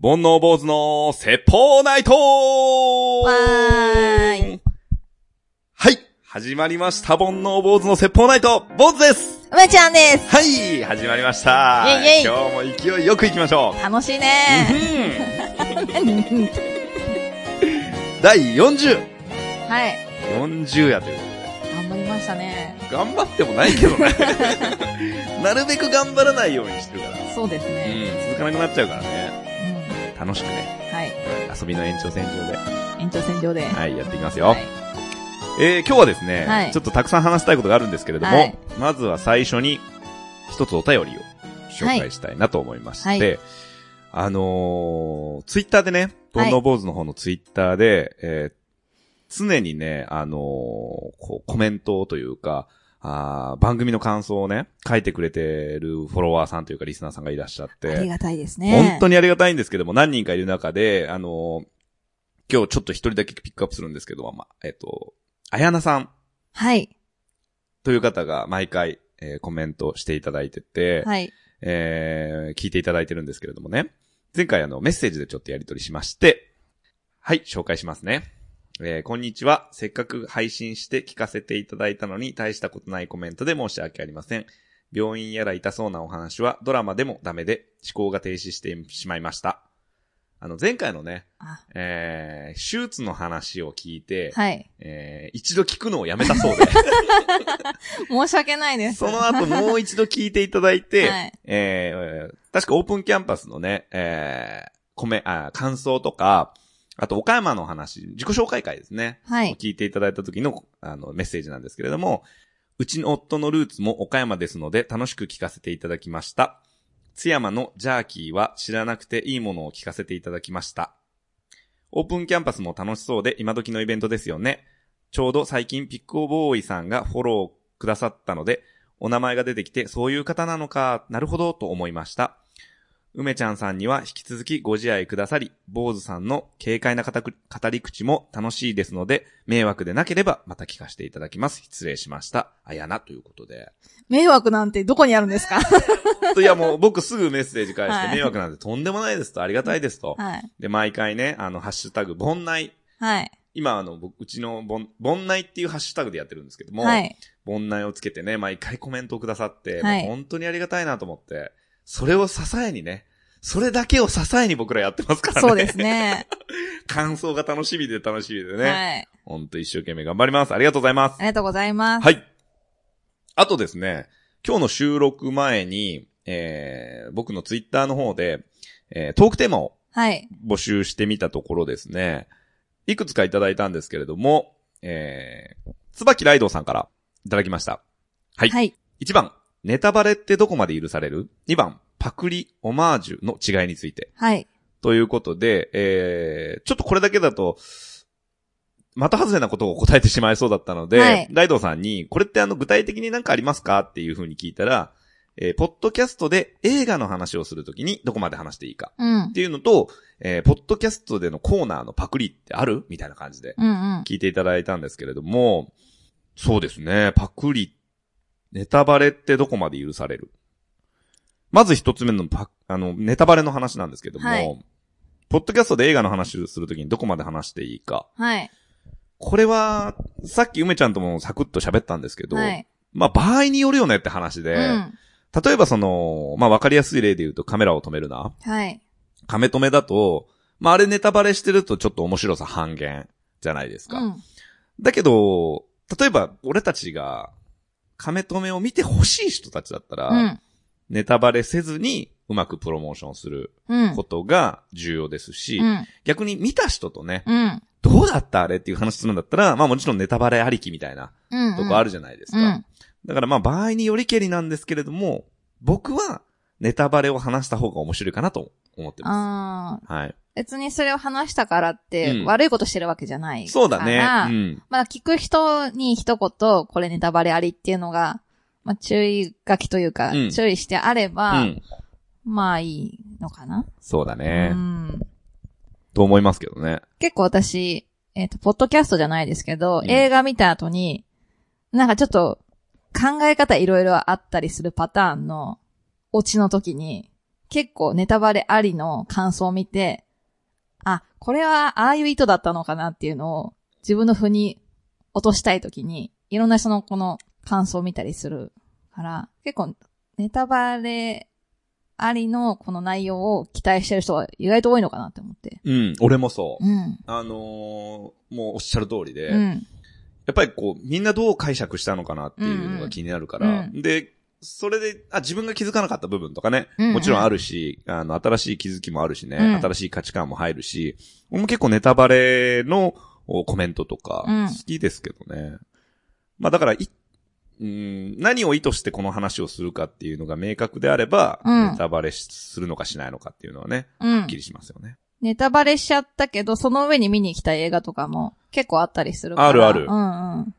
煩悩坊主の説法ナイトわーい。はい始まりました、煩悩坊主の説法ナイト坊主です梅ちゃんです。はい始まりましたイェイイェイ今日も勢いよく行きましょ、楽しいうね何第 40!40 はい。 40やということで。頑張りましたね。頑張ってもないけどね。 なるべく頑張らないようにしてるから。うそうですね。ん、続かなくなっちゃうからね。うん。楽しくね、はい。遊びの延長線上で、延長線上で。はい、やっていきますよ。はい。えー、今日はですね、はいちょっとたくさん話したいことがあるんですけれども、はいまずは最初に一つお便りを紹介したいなと思いまして、はいはあのー、ツイッターでね、どんどん坊主の方のツイッターで、えー常にね、あのーこうコメントというか、あー番組の感想をね、書いてくれてるフォロワーさんというかリスナーさんがいらっしゃって、ありがたいですね。本当にありがたいんですけども、何人かいる中で、あの、今日ちょっと一人だけピックアップするんですけども、まあ、えっと、あやなさんはい。という方が毎回、えーコメントしていただいてて、はい。えー聞いていただいてるんですけれどもね、前回あの、メッセージでちょっとやり取りしまして、はい、紹介しますね。えーこんにちは。せっかく配信して聞かせていただいたのに大したことないコメントで申し訳ありません。病院やら痛そうなお話はドラマでもダメで思考が停止してしまいました。あの、前回のね、あえー手術の話を聞いて、はい。えー一度聞くのをやめたそうで。申し訳ない です。その後もう一度聞いていただいて、はいえー確かオープンキャンパスのね、えー、コメあ、感想とか、あと岡山の話、自己紹介会ですね。はい。聞いていただいた時のあのメッセージなんですけれども、うちの夫のルーツも岡山ですので楽しく聞かせていただきました。津山のジャーキーは知らなくていいものを聞かせていただきました。オープンキャンパスも楽しそうで今時のイベントですよね。ちょうど最近ピックオボーイさんがフォローくださったので、お名前が出てきてそういう方なのか、なるほどと思いました。梅ちゃんさんには引き続きご自愛くださり、坊主さんの軽快な語く語り口も楽しいですので、迷惑でなければまた聞かせていただきます。失礼しました。あやなということで。 迷惑なんてどこにあるんですかいやもう僕すぐメッセージ返して、はい迷惑なんてとんでもないですと、ありがたいですと。はい。で、毎回ね、あの、ハッシュタグ、盆内。はい。今あの、僕うちの盆、盆内っていうハッシュタグでやってるんですけども、はい。盆内をつけてね、毎回コメントをくださって、はいもう本当にありがたいなと思って、それを支えにね、それだけを支えに僕らやってますからね。そうですね。感想が楽しみで楽しみで ね。はい。ほんと一生懸命頑張ります。ありがとうございますあ。りがとうございます。はい。あとですね、今日の収録前に、えー、僕のツイッターの方で、えー、トークテーマをはい。募集してみたところですね、いくつかいただいたんですけれども、えー、椿ライドさんからいただきました。はいはい。 1番、ネタバレってどこまで許される ?2 番、パクリ、オマージュの違いについて。はい。ということで、えー、ちょっとこれだけだと、また外れなことを答えてしまいそうだったので、はいライドさんに、これってあの具体的に何かありますかっていう風に聞いたら、えーポッドキャストで映画の話をするときにどこまで話していいかうんっ。ていうのと、えーポッドキャストでのコーナーのパクリってあるみたいな感じでうんうん。聞いていただいたんですけれども、そうですね、パクリ、ネタバレってどこまで許されるまず一つ目のパ、あの、ネタバレの話なんですけども、はいポッドキャストで映画の話をするときにどこまで話していいか。はい。これは、さっき梅ちゃんともサクッと喋ったんですけど、はい。まあ場合によるよねって話で、うん。例えばその、まあわかりやすい例で言うとカメラを止めるな。はい。カメ止めだと、まああれネタバレしてるとちょっと面白さ半減じゃないですか。うん。だけど、例えば、俺たちが、亀止めを見てほしい人たちだったら、うん。ネタバレせずにうまくプロモーションするうん。ことが重要ですし、うん。逆に見た人とね、うん。どうだったあれっていう話するんだったら、まあもちろんネタバレありきみたいなうん。とこあるるじゃないですか。うん。だからまあ場合によりけりなんですけれども、僕はネタバレを話した方が面白いかなと思ってまああ。す。はい。別にそれを話したからっうてん悪いことしてるわけじゃないから。そうだね。うん。まあ聞く人に一言、これネタバレありっていうのが、まあ注意書きというかうん、注意してあれうば、ん。まあいいのかな。そうだねう。んと思いますけどね。結構私、えっ、と、ポッドキャストじゃないですけど、うん映画見た後に、なんかちょっと考え方いろいろあったりするパターンのオチの時に、結構ネタバレありの感想を見て、あ、これはああいう意図だったのかなっていうのを自分の腑に落としたいときに、いろんな人のこの感想を見たりするから、結構ネタバレありのこの内容を期待してる人が意外と多いのかなって思って。うん、俺もそう。うん。あのーもうおっしゃる通りで、うん。やっぱりこう、みんなどう解釈したのかなっていうのが気になるから、うんで、それで、あ、自分が気づかなかった部分とかね、うんうんもちろんあるし、あの、新しい気づきもあるしね、うん新しい価値観も入るし、俺も結構ネタバレのおコメントとかうん、好きですけどね。まあだから、いうん、何を意図してこの話をするかっていうのが明確であれば、うんネタバレしするのかしないのかっていうのはね、うんはっき。りしますよね。ネタバレしちゃったけど、その上に見に行きたい映画とかも結構あったりするから。あるあるうんうん。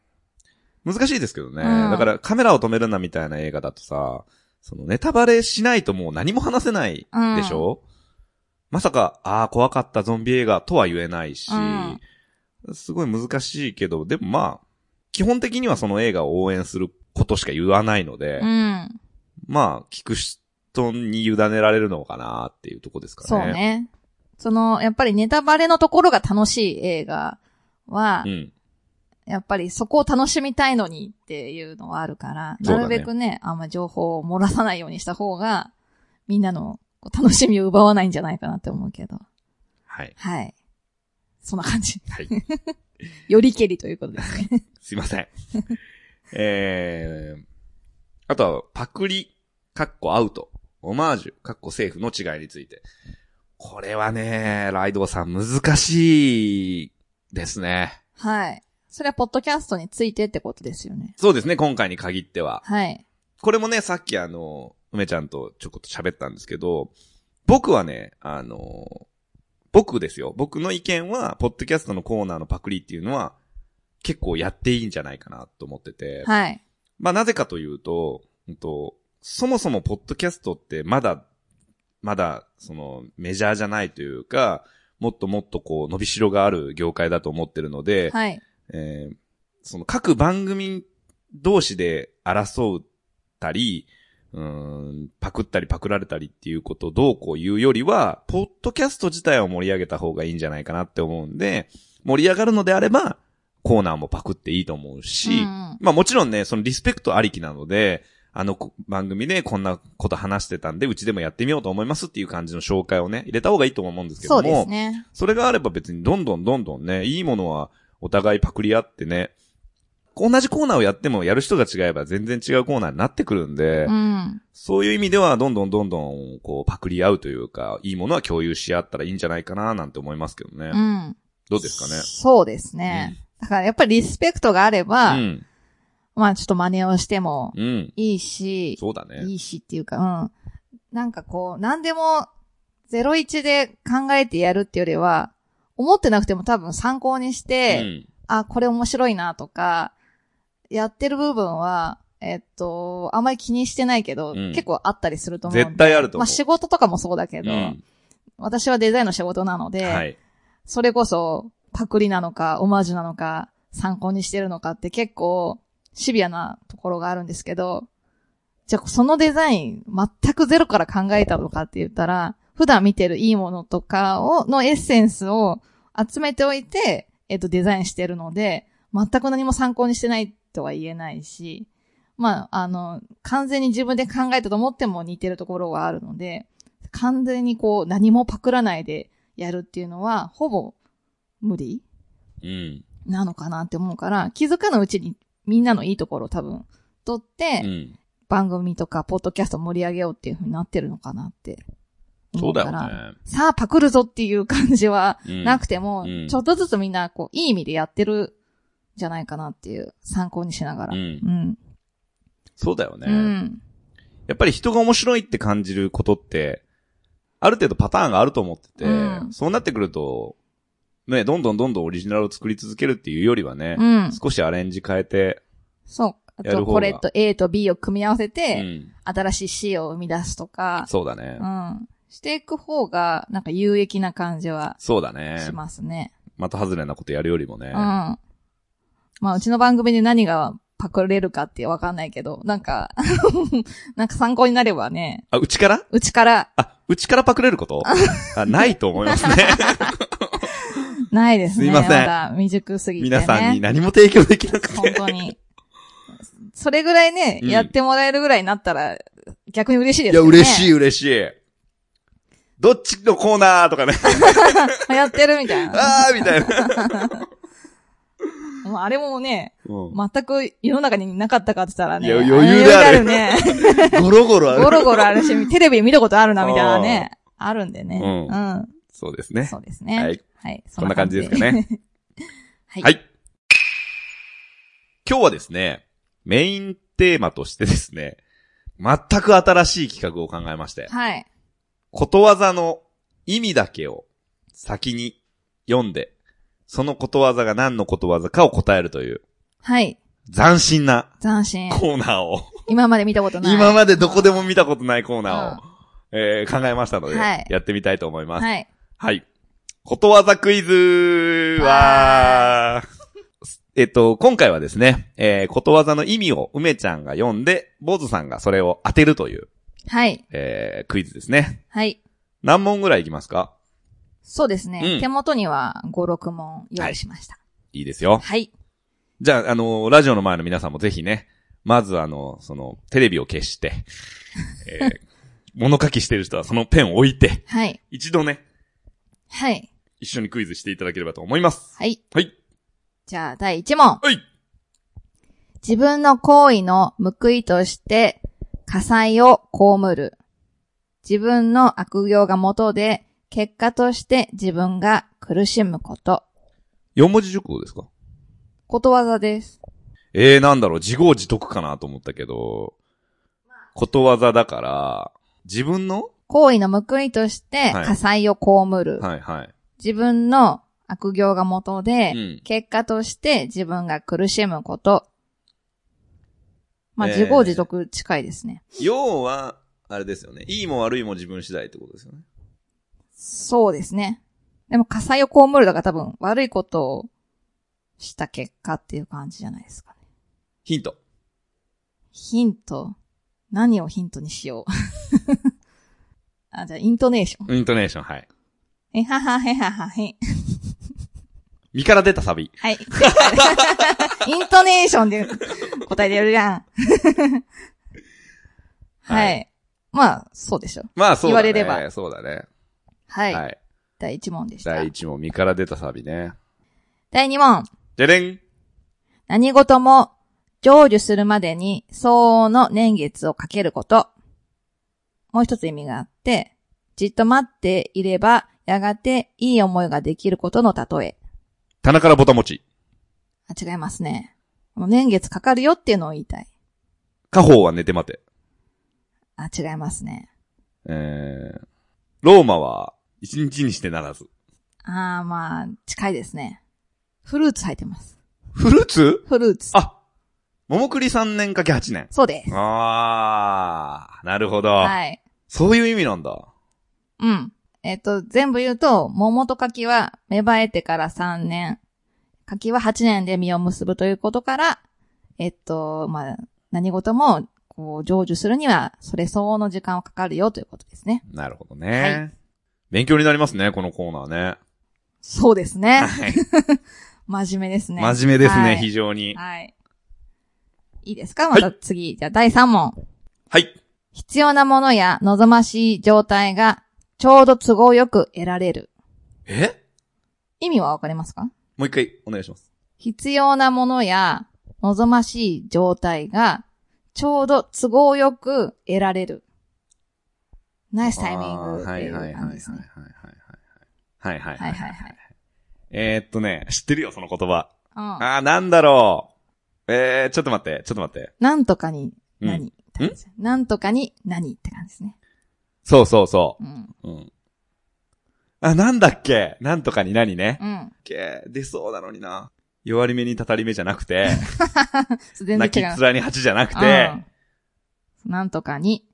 難しいですけどね。うんだからカメラを止めるなみたいな映画だとさ、そのネタバレしないともう何も話せないうんでしょ、まさか、ああ、怖かったゾンビ映画とは言えないし、すごい難しいけど、でもまあ、基本的にはその映画を応援することしか言わないので、うん。まあ、聞く人に委ねられるのかなっていうとこですかね。そう。ね。その、やっぱりネタバレのところが楽しい映画は、うん。やっぱりそこを楽しみたいのにっていうのはあるから、そうなだねるべくね、あんま情報を漏らさないようにした方が、みんなのこう楽しみを奪わないんじゃないかなって思うけど。はい。はい。そんな感じ。 はい。よりけりということですね。すいません。 えー、あとは、パクリ、カッコアウト、オマージュ、カッコセーフの違いについて。これはね、ライドウさん難しいですね。はい。それはポッドキャストについてってことですよね。そうですね、今回に限っては。はい。これもね、さっきあの、梅ちゃんとちょこっと喋ったんですけど、僕はね、あの、僕ですよ。僕の意見は、ポッドキャストのコーナーのパクリっていうのは、結構やっていいんじゃないかなと思ってて。はい。まあなぜかというと、うんと、そもそもポッドキャストってまだ、まだ、その、メジャーじゃないというか、もっともっとこう、伸びしろがある業界だと思ってるので、はい。えーその各番組同士で争ったり、うーん、パクったりパクられたりっていうことをどうこう言うよりは、ポッドキャスト自体を盛り上げた方がいいんじゃないかなって思うんで、盛り上がるのであれば、コーナーもパクっていいと思うし、うんうんまあもちろんね、そのリスペクトありきなので、あのこ番組でこんなこと話してたんで、うちでもやってみようと思いますっていう感じの紹介をね、入れた方がいいと思うんですけどそも、うですね。それがあれば別にどんどんどんどんね、いいものはお互いパクリ合ってね、同じコーナーをやってもやる人が違えば全然違うコーナーになってくるんで、うん。そういう意味ではどんどんどんどんこうパクリ合うというか、いいものは共有し合ったらいいんじゃないかななんて思いますけどね。うん。どうですかね。そうですね。だからやっぱりリスペクトがあれば、うん。まあちょっと真似をしてもうん。いいし、そうだね。いいしっていうか、うん。なんかこう、なんでも01で考えてやるっていうよりは、思ってなくても多分参考にしうて、ん。あ、これ面白いなとか、やってる部分は、えっと、あんまり気にしてないけど、うん結構あったりすると思うんで。絶対あると思まう。あ仕事とかもそうだけど、うん私はデザインの仕事なので、はい。それこそパクリなのか、オマージュなのか、参考にしてるのかって結構シビアなところがあるんですけど、じゃあそのデザイン全くゼロから考えたのかって言ったら、普段見てるいいものとかを、のエッセンスを集めておいて、えっと、デザインしてるので、全く何も参考にしてないとは言えないし、まあ、あの、完全に自分で考えたと思っても似てるところがあるので、完全にこう何もパクらないでやるっていうのは、ほぼ無理うん。なのかなって思うから、気づかぬうちにみんなのいいところを多分取って、うん。番組とかポッドキャストを盛り上げようっていう風になってるのかなってそ思ううだかよら。ね。さあ、パクるぞっていう感じはうんなくても、うんちょっとずつみんな、こう、いい意味でやってるんじゃないかなっていう、参考にしながら。ううん。ん。うん。そうだよね。うん。やっぱり人が面白いって感じることって、ある程度パターンがあると思ってて、うんそうなってくると、ね、どんどんどんどんオリジナルを作り続けるっていうよりはね、少しアレンジ変えて、そう。あやると、方がこれと A と B を組み合わせうて、ん、新しい C を生み出すとか、そうだね。うん。していく方が、なんか有益な感じはそうだね。しますね。また外れなことやるよりもね。うん。まあ、うちの番組で何がパクれるかってわかんないけど、なんか、 なんか参考になればね、あ、うちからうちから、あ、うちからパクれる ことあ ないと思いますね。ないですね。すいませんまだ未熟すぎて、ね。皆さんに何も提供できなく本て。当に。それぐらいね、うんやってもらえるぐらいになったら、逆に嬉しいでいすや、よね。嬉しい、嬉しい。どっちのコーナーとかね。 流行ってるみたいな。あーみたいな。もうあれもね、うん全く世の中になかったかって言ったらね。いや余裕であるね。ゴロゴロあるゴロゴロあるし、テレビ見たことあるな、みたいなね。あるんでね。ううん。そうですねそ。うですね。ははいい。こんな感じですか。ね。はいはい。今日はですね、メインテーマとしてですね、全く新しい企画を考えまして、はい。ことわざの意味だけを先に読んで、そのことわざが何のことわざかを答えるという、はい。斬新な斬新。コーナーを、今まで見たことない。今までどこでも見たことないコーナーを、えー考えましたので、はいやってみたいと思います。はい。はい。ことわざクイズは、えっと、今回はですね、えーことわざの意味を梅ちゃんが読んで、坊主さんがそれを当てるという、はい。えークイズですね。はい。何問ぐらいいきますかそうですうねん。手元には5、6問用意しました。いいですよ。はい。じゃあ、あのーラジオの前の皆さんもぜひね、まずあの、その、テレビを消して、え ー物書きしてる人はそのペンを置いて、はい。一度ね、はい。一緒にクイズしていただければと思います。はい。はい。じゃあ、第1問。はい。自分の行為の報いとして火災を被る。自分の悪行が元で、結果として自分が苦しむこと。四文字熟語ですかことわざです。えー、なんだろう、自業自得かなと思ったけど、ことわざだから、自分の行為の報いとしてはい火災を被る。はいはい。自分の悪行が元で、うん結果として自分が苦しむこと。まあ、えー自業自得近いですね。要は、あれですよね。いいも悪いも自分次第ってことですよね。そうですね。でも火災を被るだから多分悪いことをした結果っていう感じじゃないですかね。ヒント。ヒント。何をヒントにしよう。 あ、じゃあ、イントネーション。イントネーション、はい。えははへははへ。身から出たサビ。はい。イントネーションで答えてるじゃん。はい、はまあ、そうでしょ。まあそうだね。言われればそうだね。はい。はい。第1問でした。第一問、身から出たサビね。第2問。でれん何事も成就するまでに相応の年月をかけること。もう一つ意味があって、じっと待っていれば、やがていい思いができることの例え。棚からボタン持ち。あ、違いますね。この年月かかるよっていうのを言いたい。家宝は寝て待て。あ、違いますね。えー、ローマは、一日にしてならず。あー、まあ、近いですね。フルーツ入ってます。フルーツフルーツ。あ、桃栗3年かけ8年。そうです。あー、なるほど。はい。そういう意味なんだ。うん。えっと、全部言うと、桃と柿は芽生えてから3年、柿は8年で実を結ぶということから、えっと、まあ、何事も、こう、成就するには、それ相応の時間はかかるよということですね。なるほどね。勉強になりますね、このコーナーね。そうです ね。はい。真面目ですね。真面目ですね、はい非常に。はい。いいですかまた次。じゃあ、第3問。はい。必要なものや望ましい状態が、ちょうど都合よく得られる。え意味はわかりますかもう一回、お願いします。必要なものや望ましい状態がちょうど都合よく得られる。ナイスタイミングあーってはいいはいうはいはい感はじいですね。はい。はいはいははいいはいはい。はい。えー、っとね、知ってるよ、その言葉。うん、あー、なんだろう。えー、ちょっと待って、ちょっと待って。なんとかにう何って感じですねなんとかに何って感じですね。そうそうそうん。う。うん。あ、なんだっけなんとかに何ね。うん。け出そうなのにな。弱り目にたたり目じゃなくて、全泣き然違うっ。面に鉢じゃなくて、うんなんとかに、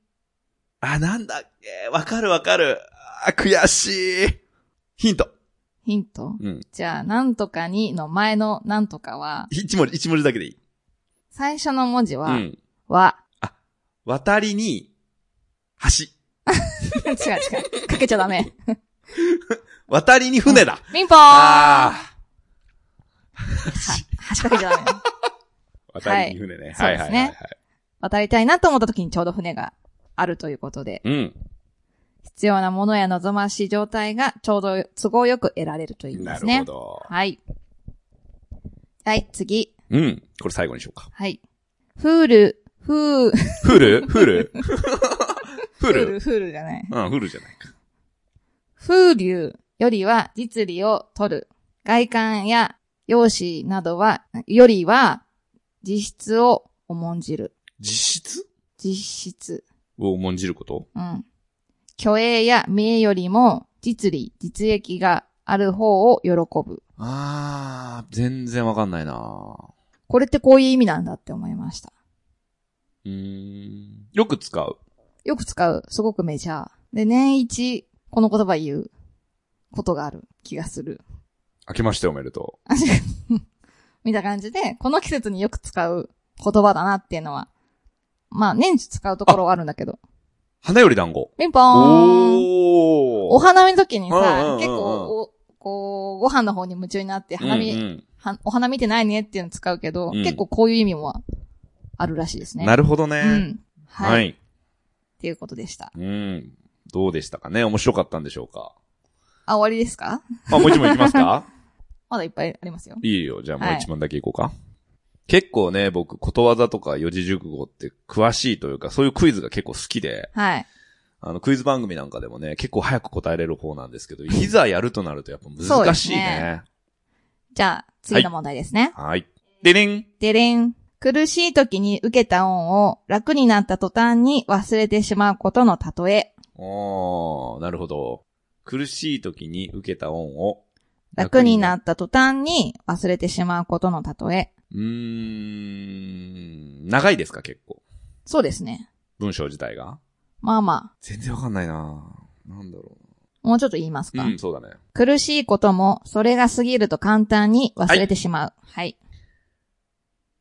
あ、なんだっけわかるわかる。あー、悔しい。ヒント。ヒントうん。じゃあ、なんとかにの前のなんとかは、一文字、一文字だけでいい。最初の文字うは、ん。は、 渡りに、橋。違う違う。かけちゃダメ。渡りに船だ。ピンポーンは、あ橋かけちゃダメ。あ。渡りに船ね。ははいいはいはい、そうはでい。渡りたいなと思った時にちょうど船があるということで、うん。必要なものや望ましい状態がちょうど都合よく得られるという意味なでするね。ほど。はい。はい、次。うん。これ最後にしようか。はい。フール、フー、フフルフ ルフル、フールじゃない。うん、フルじゃないか。風流よりは実利を取る。外観や容姿などは、よりは実質を重んじる。実質実質。を重んじることうん。虚栄や名よりも実利、実益がある方を喜ぶ。あー、全然わかんないなこれってこういう意味なんだって思いました。うーん。よく使う。よく使う。すごくメジャー。で、年一、この言葉言うことがある気がする。 明けましておめでとう。みたいな感じで、この季節によく使う言葉だなっていうのは。まあ、年中使うところはあるんだけど。花より団子。ピンポーンおおー花見の時にうんうんうんうさ、ん結構、おこう、ご飯の方に夢中になって、花見、うんうんはお花見てないねっていうの使うけど、うん結構こういう意味もあるらしいですね。なるほどね。うん。はい。はっい。ていうことでした。うん。どうでしたかね面白かったんでしょうかあ、終わりですかあ、もう一問いきます かまだいっぱいありますよ。いいよ。じゃあもうはい一問だけいこうか。結構ね、僕、ことわざとか四字熟語って詳しいというか、そういうクイズが結構好きで、はい。あの、クイズ番組なんかでもね、結構早く答えれる方なんです けど、いざやるとなるとやっぱそうで難しすいねね。じゃあ、次の問題ですね。はい。でりんでれん。苦しい時に受けた恩を楽になった途端に忘れてしまうことの例え。おー、なるほど。苦しい時に受けた恩を楽になっった途端に忘れてしまうことの例え。うーん、長いですか結構。そうですね。文章自体が。まあま全然わかんないななんだろあ。もうちょっと言いますうか。うん、そうだね。苦しいことも、それが過ぎると簡単に忘れてしまう。はい。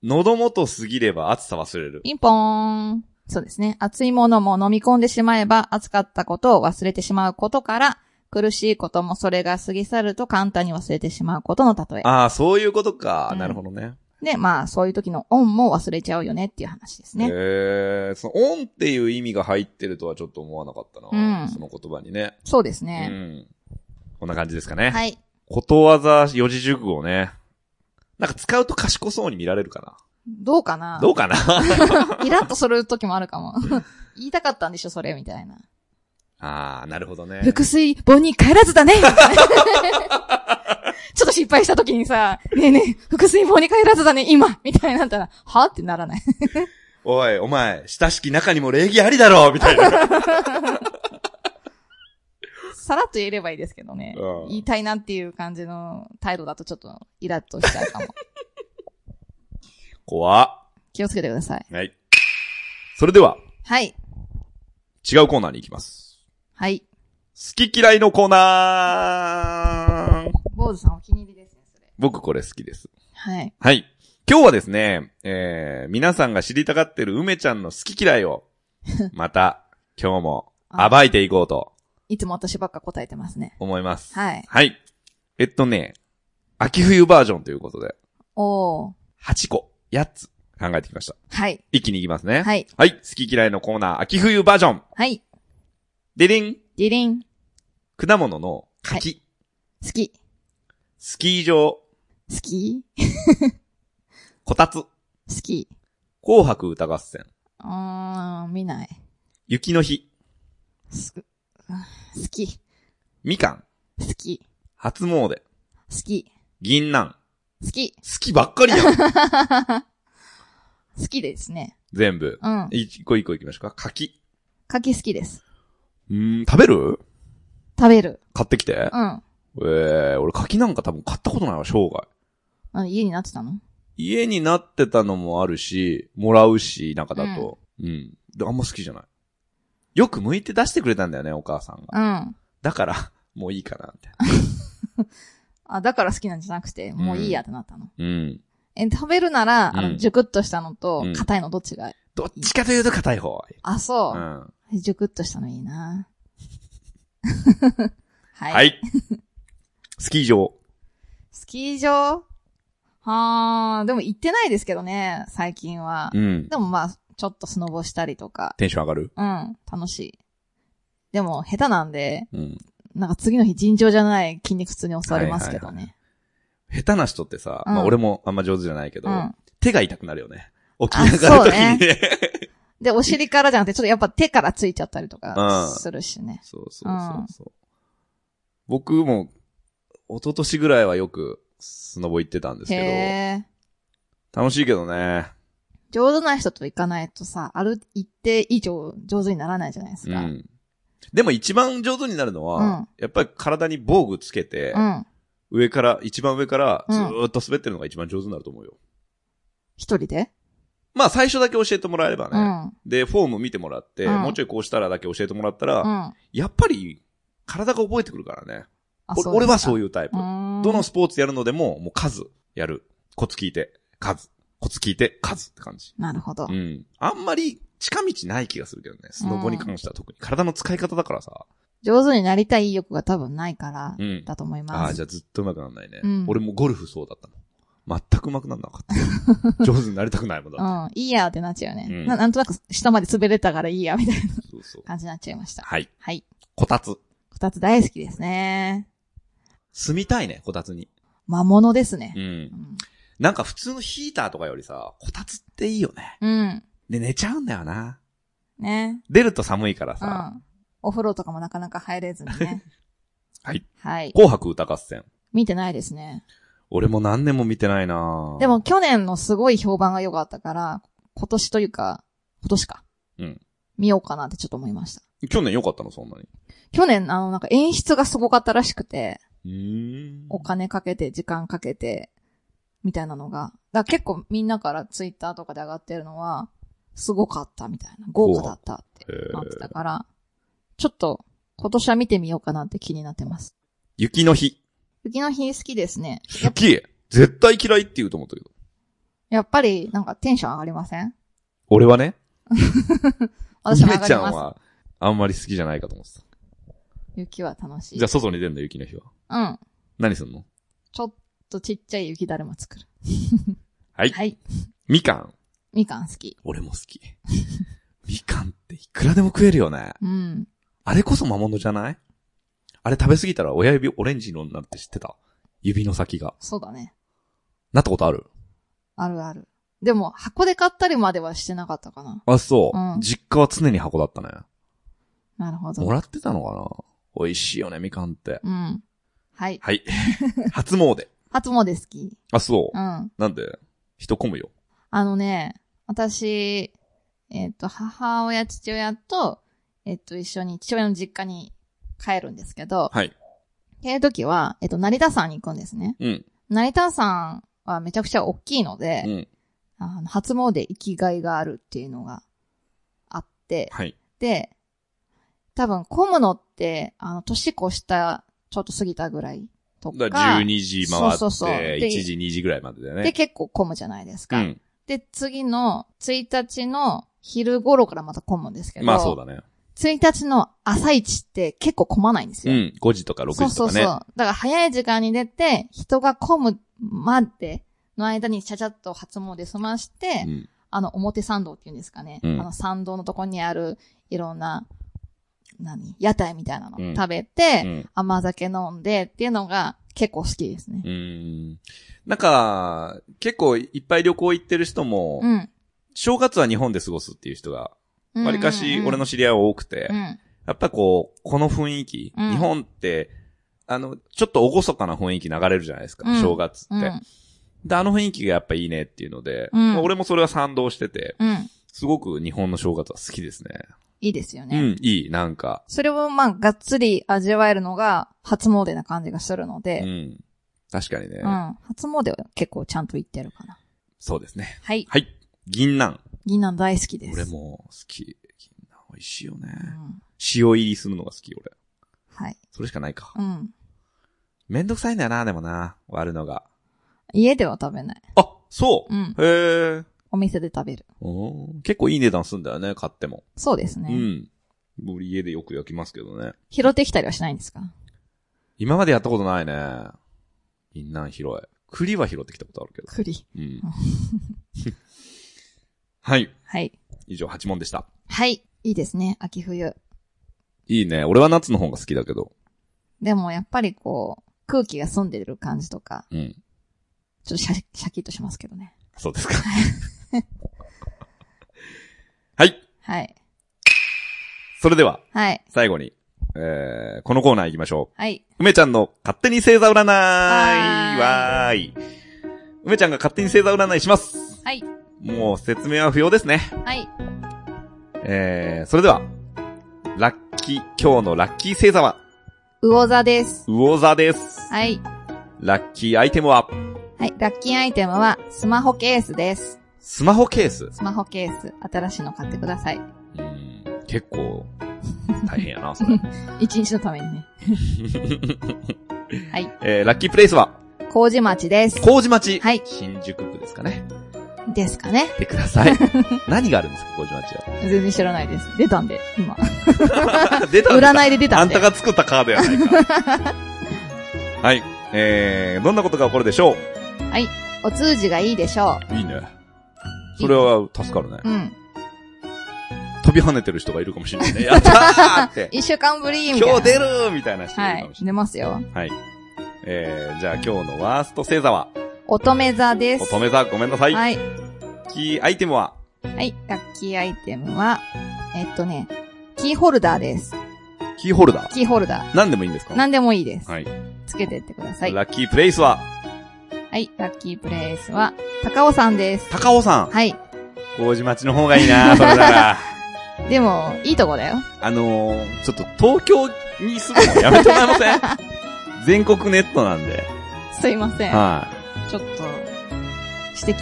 喉元過ぎれば暑さ忘れる。ピンポーン。そうですね。熱いものも飲み込んでしまえば、熱かったことを忘れてしまうことから、苦しいこともそれが過ぎ去ると簡単に忘れてしまうことの例え。ああ、そういうことか。うんなるほどね。で、まあ、そういう時の恩も忘れちゃうよねっていう話ですね。えー、その、オンっていう意味が入ってるとはちょっと思わなかったな、うんその言葉にね。そうでうすね。ん。こんな感じですかね。はい。ことわざ四字熟語ね。なんか使うと賢そうに見られるかどうかななどうかなイラッとする時もあるか も。言いたかったんでしょ、それ、みたいな。ああ、なるほどね。腹水、盆に帰らずだね ちょっと失敗した時にさ、ねえねえ、腹水、盆に帰らずだね、今みたいになったら、はってならない。おい、お前、親しき中にも礼儀ありだろみたい な。さらっと言えればいいですけどねう。ん言いたいなっていう感じの態度だとちょっとイラッとしちゃう かも。怖っ気をつけてください。はい。それでは、はい。違うコーナーに行きます。はい。好き嫌いのコーナー坊主さんお気に入りですね、それ。僕これ好きです。はい。はい。今日はですね、えー、皆さんが知りたがってる梅ちゃんの好き嫌い を、また、今日も暴いていこうといつも私ばっか答えてますね。思います。はい。はい。えっとね、秋冬バージョンということで、おー。 8個、8つ考えてきました。はい。一気にいきますね。。はいい。はい。好き嫌いのコーナー、秋冬バージョン。はい。でりん、ディリン。果物の柿、好き。スキー場、好きこたつ、好き。紅白歌合戦、うーん、見ない。雪の日、す好き。みかん、好き。初詣、好き。銀杏。好き。 好きばっかりやん。好きですね。全部。うん。一個一個いきましょうか。柿。柿好きです。うん、食べる食べる。買ってきて。うん。ええー、俺柿なんか多分買ったことないわ、生涯。あ家になってたの家になってたのもあるし、もらうし、なんかだと。うん。であんま好きじゃない。よく剥いて出してくれたんだよね、お母さんが。うん。だから、もういいかな、みたいな。あ、だから好きなんじゃなくて、もういいやってなったの。うん。え食べるなら、あうんの、ジュクッとしたのとうん、硬いのどっちが、どっちかというと硬い方。あ、うそん。う。ジュクッとしたのい いなはい。はい。 スキー場。スキー場はー、でも行ってないですけどね、最近は。うん。でもまあ、ちょっとスノボしたりとか。テンション上がるうん、楽しい。でも、下手なんで、うん。なんか次の日尋常じゃない筋肉痛に襲われますけどね。下手な人ってさ、うんまあ俺もあんま上手じゃないけど、うん。手が痛くなるよね。起き上がる時にね。で、お尻からじゃなくて、ちょっとやっぱ手からついちゃったりとかうんするしね。 そうそうそうそう。僕も、一昨年ぐらいはよくスノボ行ってたんですけへえ。ど、楽しいけどね。上手な人と行かないとさ、ある一定以上上手にならないじゃないですうか。うん。ん。でも一番上手になるのは、うんやっぱり体に防具つけて、上から、一番上からずーっと滑ってるのが一番上手になると思うよ。一人で、まあ最初だけ教えてもらえればうね。ん。で、フォーム見てもらって、うんもうちょいこうしたらだけ教えてもらったら、うん。やっぱり体が覚えてくるからね。あ俺俺はそういう。いうタイプう。ーんどのスポーツやるのでも、もう数やる。コツ聞いて、数。コツ聞いて、数って感じ。なるほどう。ん。あんまり近道ない気がするけどね。スノボに関しては特に。体の使い方だからさ。上手になりたい意欲が多分ないからう、ん。だと思いあまあ、す。じゃあずっと上手くならないね。うん俺もゴルフそうだったもん。全く上手くならなかった。 上手になりたくないもんだっうん。いいやってなっちゃうよね。うんななんとなく下まで滑れたからいいや、みたいなて。そうそう。感じになっちゃいました。はい。はい。こたつ。こたつ大好きですね。住みたいね、こたつに。魔物ですねう。ん。うん。なんか普通のヒーターとかよりさ、こたつっていいよね。うん。で、寝ちゃうんだよな。ね。出ると寒いからうさ。ん。お風呂とかもなかなか入れずにね。 はい。はい。紅白歌合戦。見てないですね。俺も何年も見てないなでも、去年のすごい評判が良かったから、今年というか、今年か。うん。見ようかなってちょっと思いました。去年良かったの、そんなに。去年、あの、なんか演出がすごかったらしくて、うーん。お金かけて、時間かけて、みたいなのが。だから結構みんなからツイッターとかで上がってるのは、すごかったみたいな。豪華だったってえなっーてたから、ちょっと今年は見てみようかなって気になってます。雪の日。雪の日好きですね。好き絶対嫌いって言うと思ったけど。やっぱりなんかテンション上がりません俺はね、ゆ私も上めがちりゃんます。は、あんまり好きじゃないかと思ってた。雪は楽しい。じゃあ外に出んだ、雪の日は。うん。何すんのちょっとちっちゃい雪だるま作る。はい。はい。みかん。みかん好き。俺も好 き。みかんっていくらでも食えるよね。うん。あれこそ魔物じゃないあれ食べ過ぎたら親指オレンジ色になるって知ってた指の先が。そうだね。なったことあるあるある。でも、箱で買ったりまではしてなかったかな。あ、そう、うん実家は常に箱だったね。なるほもど。らってたのかな美味しいよね、みかんって。うん。はい。はい。 初詣。初詣好き。あ、そう。うん。なんで人混むよ。あのね、私、えっ、と、母親、父親と、えっ、と、一緒に父親の実家に帰るんですけど、はい。帰るときは、えっ、と、成田山に行くんですね。うん。成田山はめちゃくちゃ大きいので、うん。あの初詣生きがいがあるっていうのがあって、はい。で、多分混むのって、あの、年越した、ちょっと過ぎたぐらいとか、だから12時回って、そうそうそうで1時、2時ぐらいまでだよで、ね。結構混むじゃないですうか。ん。で、次の1日の昼頃からまた混むんですけど、まあそうだね。 1日の朝一って結構混まないんですうよ。ん。5時とか6時とかね。そうそうそう。だから早い時間に出て、人が混むまでの間にちゃちゃっと初詣済まして、うん。あの、表参道っていうんですかね。うんあの、参道のとこにある、いろんな、何屋台みたいなのうん食べて、うん。甘酒飲んでっていうのが結構好きですねう。ーん。なんか、結構いっぱい旅行行ってる人も、うん。正月は日本で過ごすっていう人が、わりかし俺の知り合いは多くて、うん。やっぱこう、この雰囲気、うん日本って、あの、ちょっとおごそかな雰囲気流れるじゃないですか、うん正月うって、ん。で、あの雰囲気がやっぱいいねっていうので、うんまあ俺もそれは賛同してて、うん。すごく日本の正月は好きですね。いいですようね。ん、いい、なんか。それをまあ、がっつり味わえるのが初詣な感じがするのうで、ん。確かにね、うん。初詣は結構ちゃんと行ってるかな。そうですね。はい。はい。銀杏。銀杏大好きです。俺も好き。銀杏美味しいよね。うん。塩入りするのが好き、俺。はい。それしかないか。うん。めんどくさいんだよな、でもな。割るのが。家では食べない。あ、そうう、ん。へえ。お店で食べる。おー結構いい値段すんだよね、買っても。そうですね。うん。僕家でよく焼きますけどね。拾ってきたりはしないんですか今までやったことないね。銀杏拾え。栗は拾ってきたことあるけど。栗。 うん。はい。はい。以上8問でした。はい。いいですね。秋冬。いいね。俺は夏の方が好きだけど。でもやっぱりこう、空気が澄んでる感じとか、うん。ちょっとシャシャキッとしますけどね。そうです か。はい。はい。それでは、はい。最後に、えー、このコーナー行きましょはい。う。梅ちゃんの勝手に星座占いーいわーい。梅ちゃんが勝手に星座占いします。はい。もう説明は不要ですね。はい。えー、それでは、ラッキー、今日のラッキー星座は、魚座です。魚座です。はい。ラッキーアイテムは、はい。ラッキーアイテムは、スマホケースです。スマホケース。スマホケース、新しいの買ってください。うん、結構、大変やな、 それ。一日のためにね。はい。えー、ラッキープレイスは、麹町です。麹町。はい新宿区ですかね。ですかね来。てくだ さい。何があるんですか、麹町は。 全然知らないです。出たんで、今。出たんだ占いで出たあんんでた。が作ったカードやないか。 はい。えー、どんなことが起こるでしょはい。お通じがいいでしょういいね。それは助かるねう。。うん。。飛び跳ねてる人がいるかもしれないね。やったーって 一週間ぶりみたいな。今日出るーみたいな人いるはかいも。しれ出ますよ。ない。はい。えー、じゃあ今日のワースト星座は、乙女座です。乙女座ごめんなさい。はい。キーアイテムは、はい。ラッキーアイテムは、えっとね、キーホルダーです。キーホルダー。キーホルダ何でもいいんですー。か何でもいいです。はい。つけてってください。はラッキープレイスは、い。ラッキープレイスは、高尾山です。高尾山。はい。麹町の方がいいな、それな ら。でも、いいとこだよ。あのー、ちょっと東京に住むのやめてもらえません 全国ネットなんで。すいません。はちょっと、私的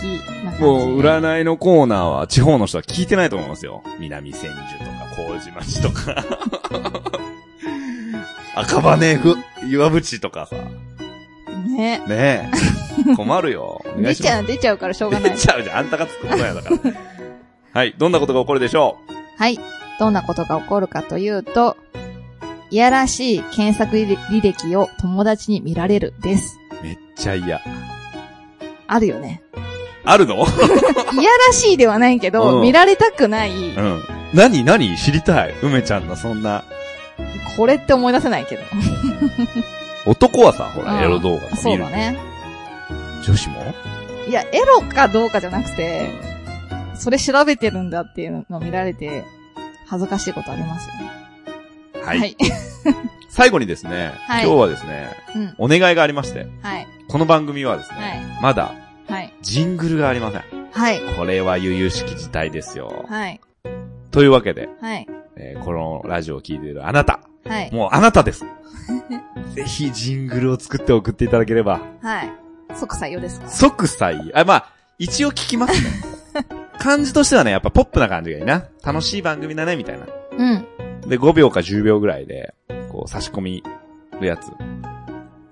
な感い。じ。もう、占いのコーナーは地方の人は聞いてないと思いますよ。南千住とか、麹町とか。 赤羽ふ、岩淵とかさ。ね。ねえ。困るよ。お願出いしちまゃう、出ちゃうからしょうがす。な出い。ちゃうじゃん。あんたが作ったやだから。はい。どんなことが起こるでしょうはい。どんなことが起こるかというと、いやらしい検索履履歴を友達に見られるです。めっちゃ嫌。あるよね。あるのいやらしいではないけど、うん見られたくない、うん。何何知りたい。梅ちゃんのそんな。これって思い出せない けど。男はさ、ほら、うんエロ動画とかそ見うるだ。ね。女子もいや、エロかどうかじゃなくて、それ調べてるんだっていうのを見られて、恥ずかしいことありますよね。はい。。最後にですね、はい今日はですね、うん。お願いがありまして、はい。この番組はですね、はまだ、はい。ジングルがありません。はい。これは悠々しき事態ですよ。はい。というわけで、はい。えーこのラジオを聴いているあなた、はい。もうあなたです。 ぜひジングルを作って送っていただければ、はい。即採用ですか即採用あ、まあ、一応聞きますね。 感じとしてはね、やっぱポップな感じがいいな。楽しい番組だね、みたいな。うん。で、5秒か10秒ぐらいで、こう、差し込みるやつ。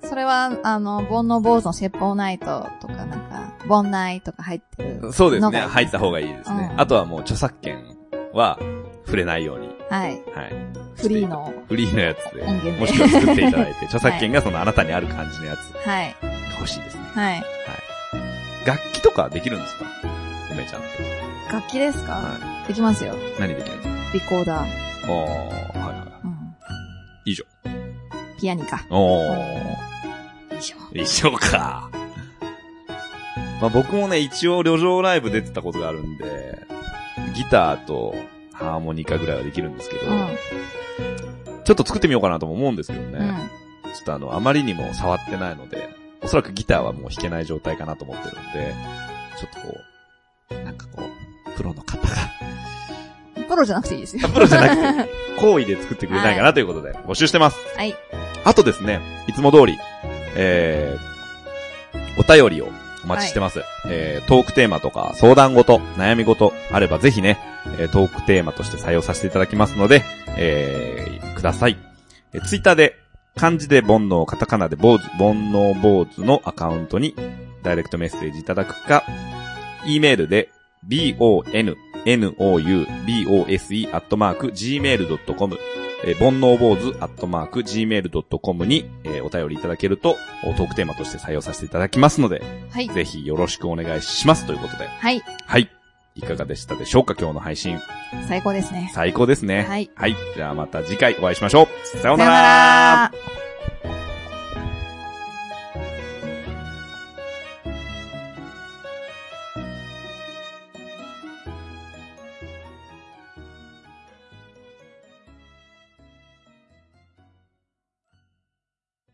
それは、あの、煩悩坊主の説法ナイトとか、なんか、煩内とか入ってる。そうですのね。がいい入った方がいいですね。うんあとはもう著作権は触れないように。ははい。い。フリー。の。フリーのやつで。音源でもしくは作っていただい て、著作権がそのあなたにある感じのやつはい。が欲しいですね。はい。楽器とかできるんですか梅ちゃんって。楽器ですか、はできますよ。い。何できるんですかリコーダー。おー、はいはうん。い。以上。ピアニカ。お以上。ー、以上か。まあ僕もね、一応旅情ライブ出てたことがあるんで、ギターとハーモニカぐらいはできるんですけど、うん。ちょっと作ってみようかなとも思うんですけどね。うん。ちょっとあの、あまりにも触ってないので、おそらくギターはもう弾けない状態かなと思ってるんで、ちょっとこう、なんかこう、プロの方が、プロじゃなくていいですよ。プロじゃなくて、行為で作ってくれないかなということで、募集してます。はい。あとですね、いつも通り、えー、お便りをお待ちしてます。えー、トークテーマとか、相談事、悩み事、あればぜひね、えートークテーマとして採用させていただきますので、えー、ください。えー、ツイッターで、漢字で煩悩、カタカナで坊主、煩悩坊主のアカウントにダイレクトメッセージいただくか、e メールで bon, nou, bose, アットマーク、gmail.com、えー、煩悩坊主、アットマーク、gmail.com に、えーお便りいただけると、おトークテーマとして採用させていただきますので、はい。ぜひよろしくお願いしますということで、はい。はい。いかがでしたでしょうか今日の配信。最高ですね。最高ですね。はい。はい。じゃあまた次回お会いしましょう。さようなら。ら。